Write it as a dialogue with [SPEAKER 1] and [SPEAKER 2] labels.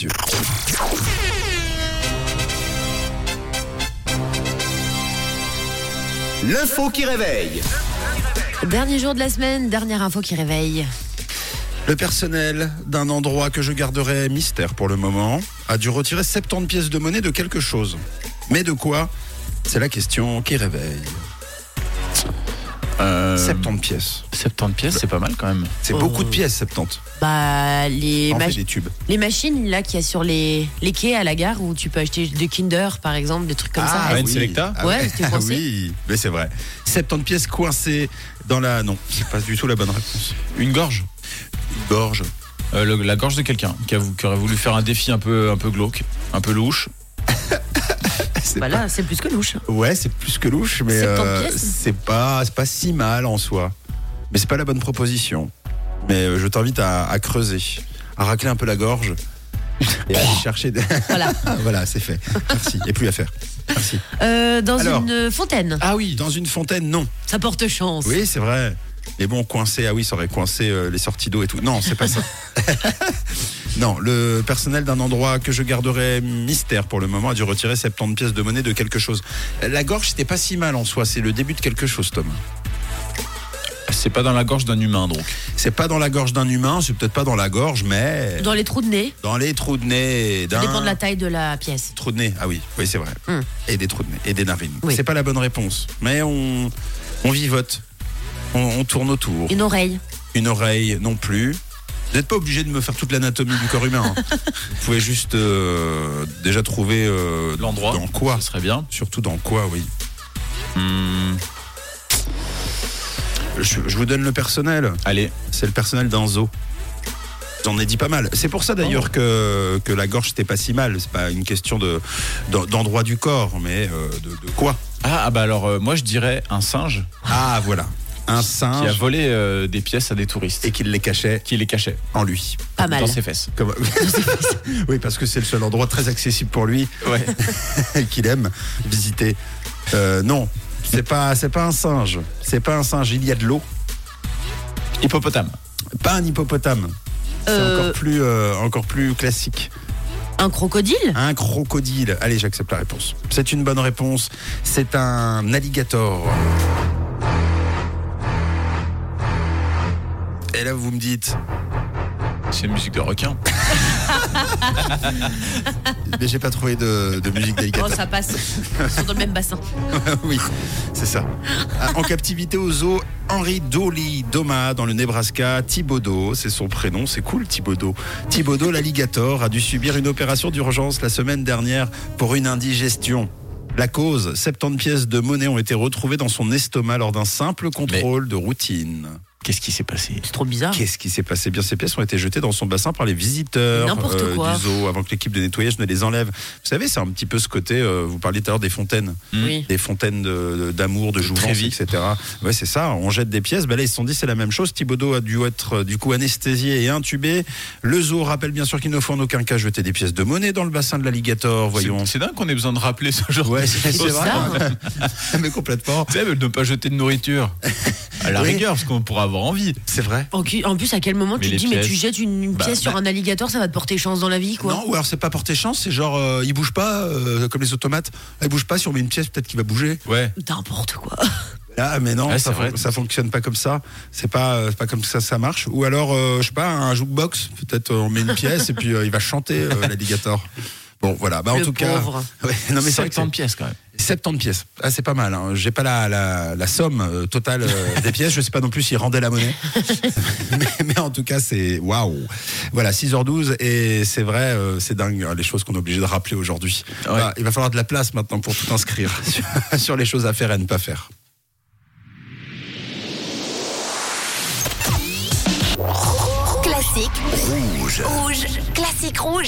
[SPEAKER 1] Dieu.
[SPEAKER 2] L'info qui réveille.
[SPEAKER 3] Dernier jour de la semaine, dernière info qui réveille.
[SPEAKER 1] Le personnel d'un endroit que je garderai mystère pour le moment a dû retirer 70 pièces de monnaie de quelque chose. Mais de quoi C'est la question qui réveille.
[SPEAKER 4] Euh,
[SPEAKER 1] 70 pièces.
[SPEAKER 4] 70 pièces, c'est pas mal quand même.
[SPEAKER 1] C'est beaucoup de pièces, 70.
[SPEAKER 3] Bah, les,
[SPEAKER 1] On
[SPEAKER 3] mach-
[SPEAKER 1] fait des tubes.
[SPEAKER 3] les machines là qu'il y a sur les, les quais à la gare où tu peux acheter des Kinder par exemple, des trucs comme ça.
[SPEAKER 4] ouais. une Selecta
[SPEAKER 1] Ah
[SPEAKER 3] Ouais, c'était
[SPEAKER 1] ah
[SPEAKER 3] français.
[SPEAKER 1] oui, mais c'est vrai. 70 pièces coincées dans la... Non, c'est pas du tout la bonne réponse.
[SPEAKER 4] Une gorge
[SPEAKER 1] Une gorge.
[SPEAKER 4] Euh, le- La gorge de quelqu'un qui, a vou- qui aurait voulu faire un défi un peu, un peu glauque, un peu louche.
[SPEAKER 1] C'est
[SPEAKER 3] Bah là, c'est plus que louche.
[SPEAKER 1] pas- Ouais, c'est plus que louche, mais
[SPEAKER 3] 70
[SPEAKER 1] euh,
[SPEAKER 3] pièces
[SPEAKER 1] c'est pas, c'est pas si mal en soi. Mais c'est pas la bonne proposition. Mais euh, je t'invite à, à creuser, à racler un peu la gorge et à aller chercher. des-
[SPEAKER 3] Voilà.
[SPEAKER 1] voilà, c'est fait. Merci. Et plus à faire. Merci.
[SPEAKER 3] Euh, dans
[SPEAKER 1] Alors.
[SPEAKER 3] une fontaine.
[SPEAKER 1] Ah oui, dans une fontaine, non.
[SPEAKER 3] Ça porte chance.
[SPEAKER 1] Oui, c'est vrai. Mais bon, coincé, ah oui, ça aurait coincé euh, les sorties d'eau et tout. Non, c'est pas ça. non, le personnel d'un endroit que je garderai mystère pour le moment a dû retirer 70 pièces de monnaie de quelque chose. La gorge, c'était pas si mal en soi, c'est le début de quelque chose, Tom.
[SPEAKER 4] C'est pas dans la gorge d'un humain donc.
[SPEAKER 1] C'est pas dans la gorge d'un humain, c'est peut-être pas dans la gorge, mais
[SPEAKER 3] Dans les trous de nez.
[SPEAKER 1] dans les trous de nez
[SPEAKER 3] Ça
[SPEAKER 1] d'un.
[SPEAKER 3] dépend de la taille de la pièce.
[SPEAKER 1] Trous de nez, ah oui, oui, c'est vrai.
[SPEAKER 3] Hmm.
[SPEAKER 1] Et des trous de nez, et des narines.
[SPEAKER 3] Oui.
[SPEAKER 1] C'est pas la bonne réponse, mais on, on vivote, on, on tourne autour.
[SPEAKER 3] Une oreille.
[SPEAKER 1] une oreille non plus. Vous n'êtes pas obligé de me faire toute l'anatomie du corps humain. hein. Vous pouvez juste euh, déjà trouver euh,
[SPEAKER 4] L'endroit.
[SPEAKER 1] Dans quoi
[SPEAKER 4] Ce serait bien.
[SPEAKER 1] Surtout dans quoi, oui.
[SPEAKER 4] Hmm,
[SPEAKER 1] Je, je vous donne le personnel.
[SPEAKER 4] allez,
[SPEAKER 1] C'est le personnel d'un zoo. J'en ai dit pas mal. C'est pour ça d'ailleurs
[SPEAKER 4] Oh.
[SPEAKER 1] que, que la gorge, c'était pas si mal. C'est pas une question de- d'en- d'endroit du corps, mais euh, de, de quoi.
[SPEAKER 4] Ah, ah bah alors euh, moi je dirais un singe
[SPEAKER 1] Ah, voilà. Un
[SPEAKER 4] qui a
[SPEAKER 1] singe
[SPEAKER 4] volé euh, des pièces à des touristes
[SPEAKER 1] et
[SPEAKER 4] et
[SPEAKER 1] qu'il les cachait
[SPEAKER 4] qui les cachait
[SPEAKER 1] en lui.
[SPEAKER 3] Pas mal.
[SPEAKER 4] dans ses fesses.
[SPEAKER 1] Comme- oui, parce que c'est le seul endroit très accessible pour lui.
[SPEAKER 4] Ouais.
[SPEAKER 1] qu'il aime visiter. Euh, non, c'est pas, c'est pas un singe. C'est pas un singe. Il y a de l'eau.
[SPEAKER 4] Hippopotame.
[SPEAKER 1] Pas un hippopotame. C'est
[SPEAKER 3] Euh.
[SPEAKER 1] encore plus, euh, encore plus classique.
[SPEAKER 3] Un crocodile.
[SPEAKER 1] Un crocodile. Allez, j'accepte la réponse. C'est une bonne réponse. C'est un alligator. Et là, vous me dites,
[SPEAKER 4] C'est une musique de requin.
[SPEAKER 1] mais j'ai pas trouvé de, de musique
[SPEAKER 3] Oh,
[SPEAKER 1] d'alligator.
[SPEAKER 3] ça passe. Ils sont dans le même bassin.
[SPEAKER 1] oui, c'est ça. Ah, En captivité au zoo, Henri Dolly Doma dans le Nebraska, Thibaudot, c'est son prénom, c'est cool Thibaudot. Thibaudot l'alligator a dû subir une opération d'urgence la semaine dernière pour une indigestion. La cause, 70 pièces de monnaie ont été retrouvées dans son estomac lors d'un simple contrôle de routine.
[SPEAKER 4] Qu'est-ce qui s'est passé
[SPEAKER 3] C'est trop bizarre.
[SPEAKER 1] Qu'est-ce qui s'est passé Eh Bien, ces pièces ont été jetées dans son bassin par les visiteurs euh,
[SPEAKER 3] N'importe quoi.
[SPEAKER 1] du zoo avant que l'équipe de nettoyage ne les enlève. Vous savez, c'est un petit peu ce côté, euh, vous parliez tout à l'heure des fontaines
[SPEAKER 3] Oui.
[SPEAKER 1] des fontaines de- de- d'amour, de, jouvence,
[SPEAKER 4] Trévis.
[SPEAKER 1] etc. Ouais, c'est ça. On jette des pièces. Ben là, ils se sont dit c'est la même chose. Thibaudot a dû être euh, du coup anesthésié et intubé. Le zoo rappelle bien sûr qu'il ne faut en aucun cas jeter des pièces de monnaie dans le bassin de l'alligator. Voyons.
[SPEAKER 4] C'est- C'est dingue qu'on ait besoin de rappeler ce genre
[SPEAKER 1] Ouais,
[SPEAKER 4] de
[SPEAKER 1] c'est
[SPEAKER 4] choses.
[SPEAKER 1] c'est vrai.
[SPEAKER 3] ça,
[SPEAKER 1] Mais complètement.
[SPEAKER 4] Tu sais, mais de ne pas jeter de nourriture. À la
[SPEAKER 1] Oui.
[SPEAKER 4] rigueur, parce qu'on pourra avoir envie.
[SPEAKER 1] C'est vrai.
[SPEAKER 3] En cu- En plus, à quel moment
[SPEAKER 4] Mais
[SPEAKER 3] tu te
[SPEAKER 4] les
[SPEAKER 3] dis, mais tu
[SPEAKER 4] pièces-
[SPEAKER 3] jettes une, une
[SPEAKER 4] Bah,
[SPEAKER 3] pièce sur
[SPEAKER 4] bah-
[SPEAKER 3] un alligator, ça va te porter chance dans la vie, quoi.
[SPEAKER 1] Non, ou alors c'est pas porté chance, c'est genre euh, il bouge pas euh, comme les automates. Ah, Il bouge pas, si on met une pièce, peut-être qu'il va bouger.
[SPEAKER 4] Ouais.
[SPEAKER 3] N'importe quoi.
[SPEAKER 1] Ah mais non,
[SPEAKER 4] Ouais,
[SPEAKER 1] ça,
[SPEAKER 4] c'est
[SPEAKER 1] fon-
[SPEAKER 4] vrai.
[SPEAKER 1] ça fonctionne pas comme ça. C'est pas euh, c'est pas comme ça ça marche. Ou alors euh, je sais pas un jukebox, peut-être euh, on met une pièce et puis euh, il va chanter euh, l'alligator. Bon voilà, bah en
[SPEAKER 3] Le
[SPEAKER 1] tout
[SPEAKER 3] pauvre.
[SPEAKER 1] cas, ouais, non mais c'est vrai que
[SPEAKER 4] 50 pièces quand même.
[SPEAKER 1] c'est- 70 pièces. Ah c'est pas mal. Hein. J'ai pas la, la, la somme euh, totale euh, des pièces. Je sais pas non plus s'il rendait la monnaie. mais, mais en tout cas c'est waouh. Voilà 6h12 et c'est vrai euh, c'est dingue hein, les choses qu'on est obligé de rappeler aujourd'hui.
[SPEAKER 4] Ouais.
[SPEAKER 1] Bah, il va falloir de la place maintenant pour tout inscrire sur- sur les choses à faire et à ne pas faire.
[SPEAKER 5] Classique rouge. Rouge. Classique rouge.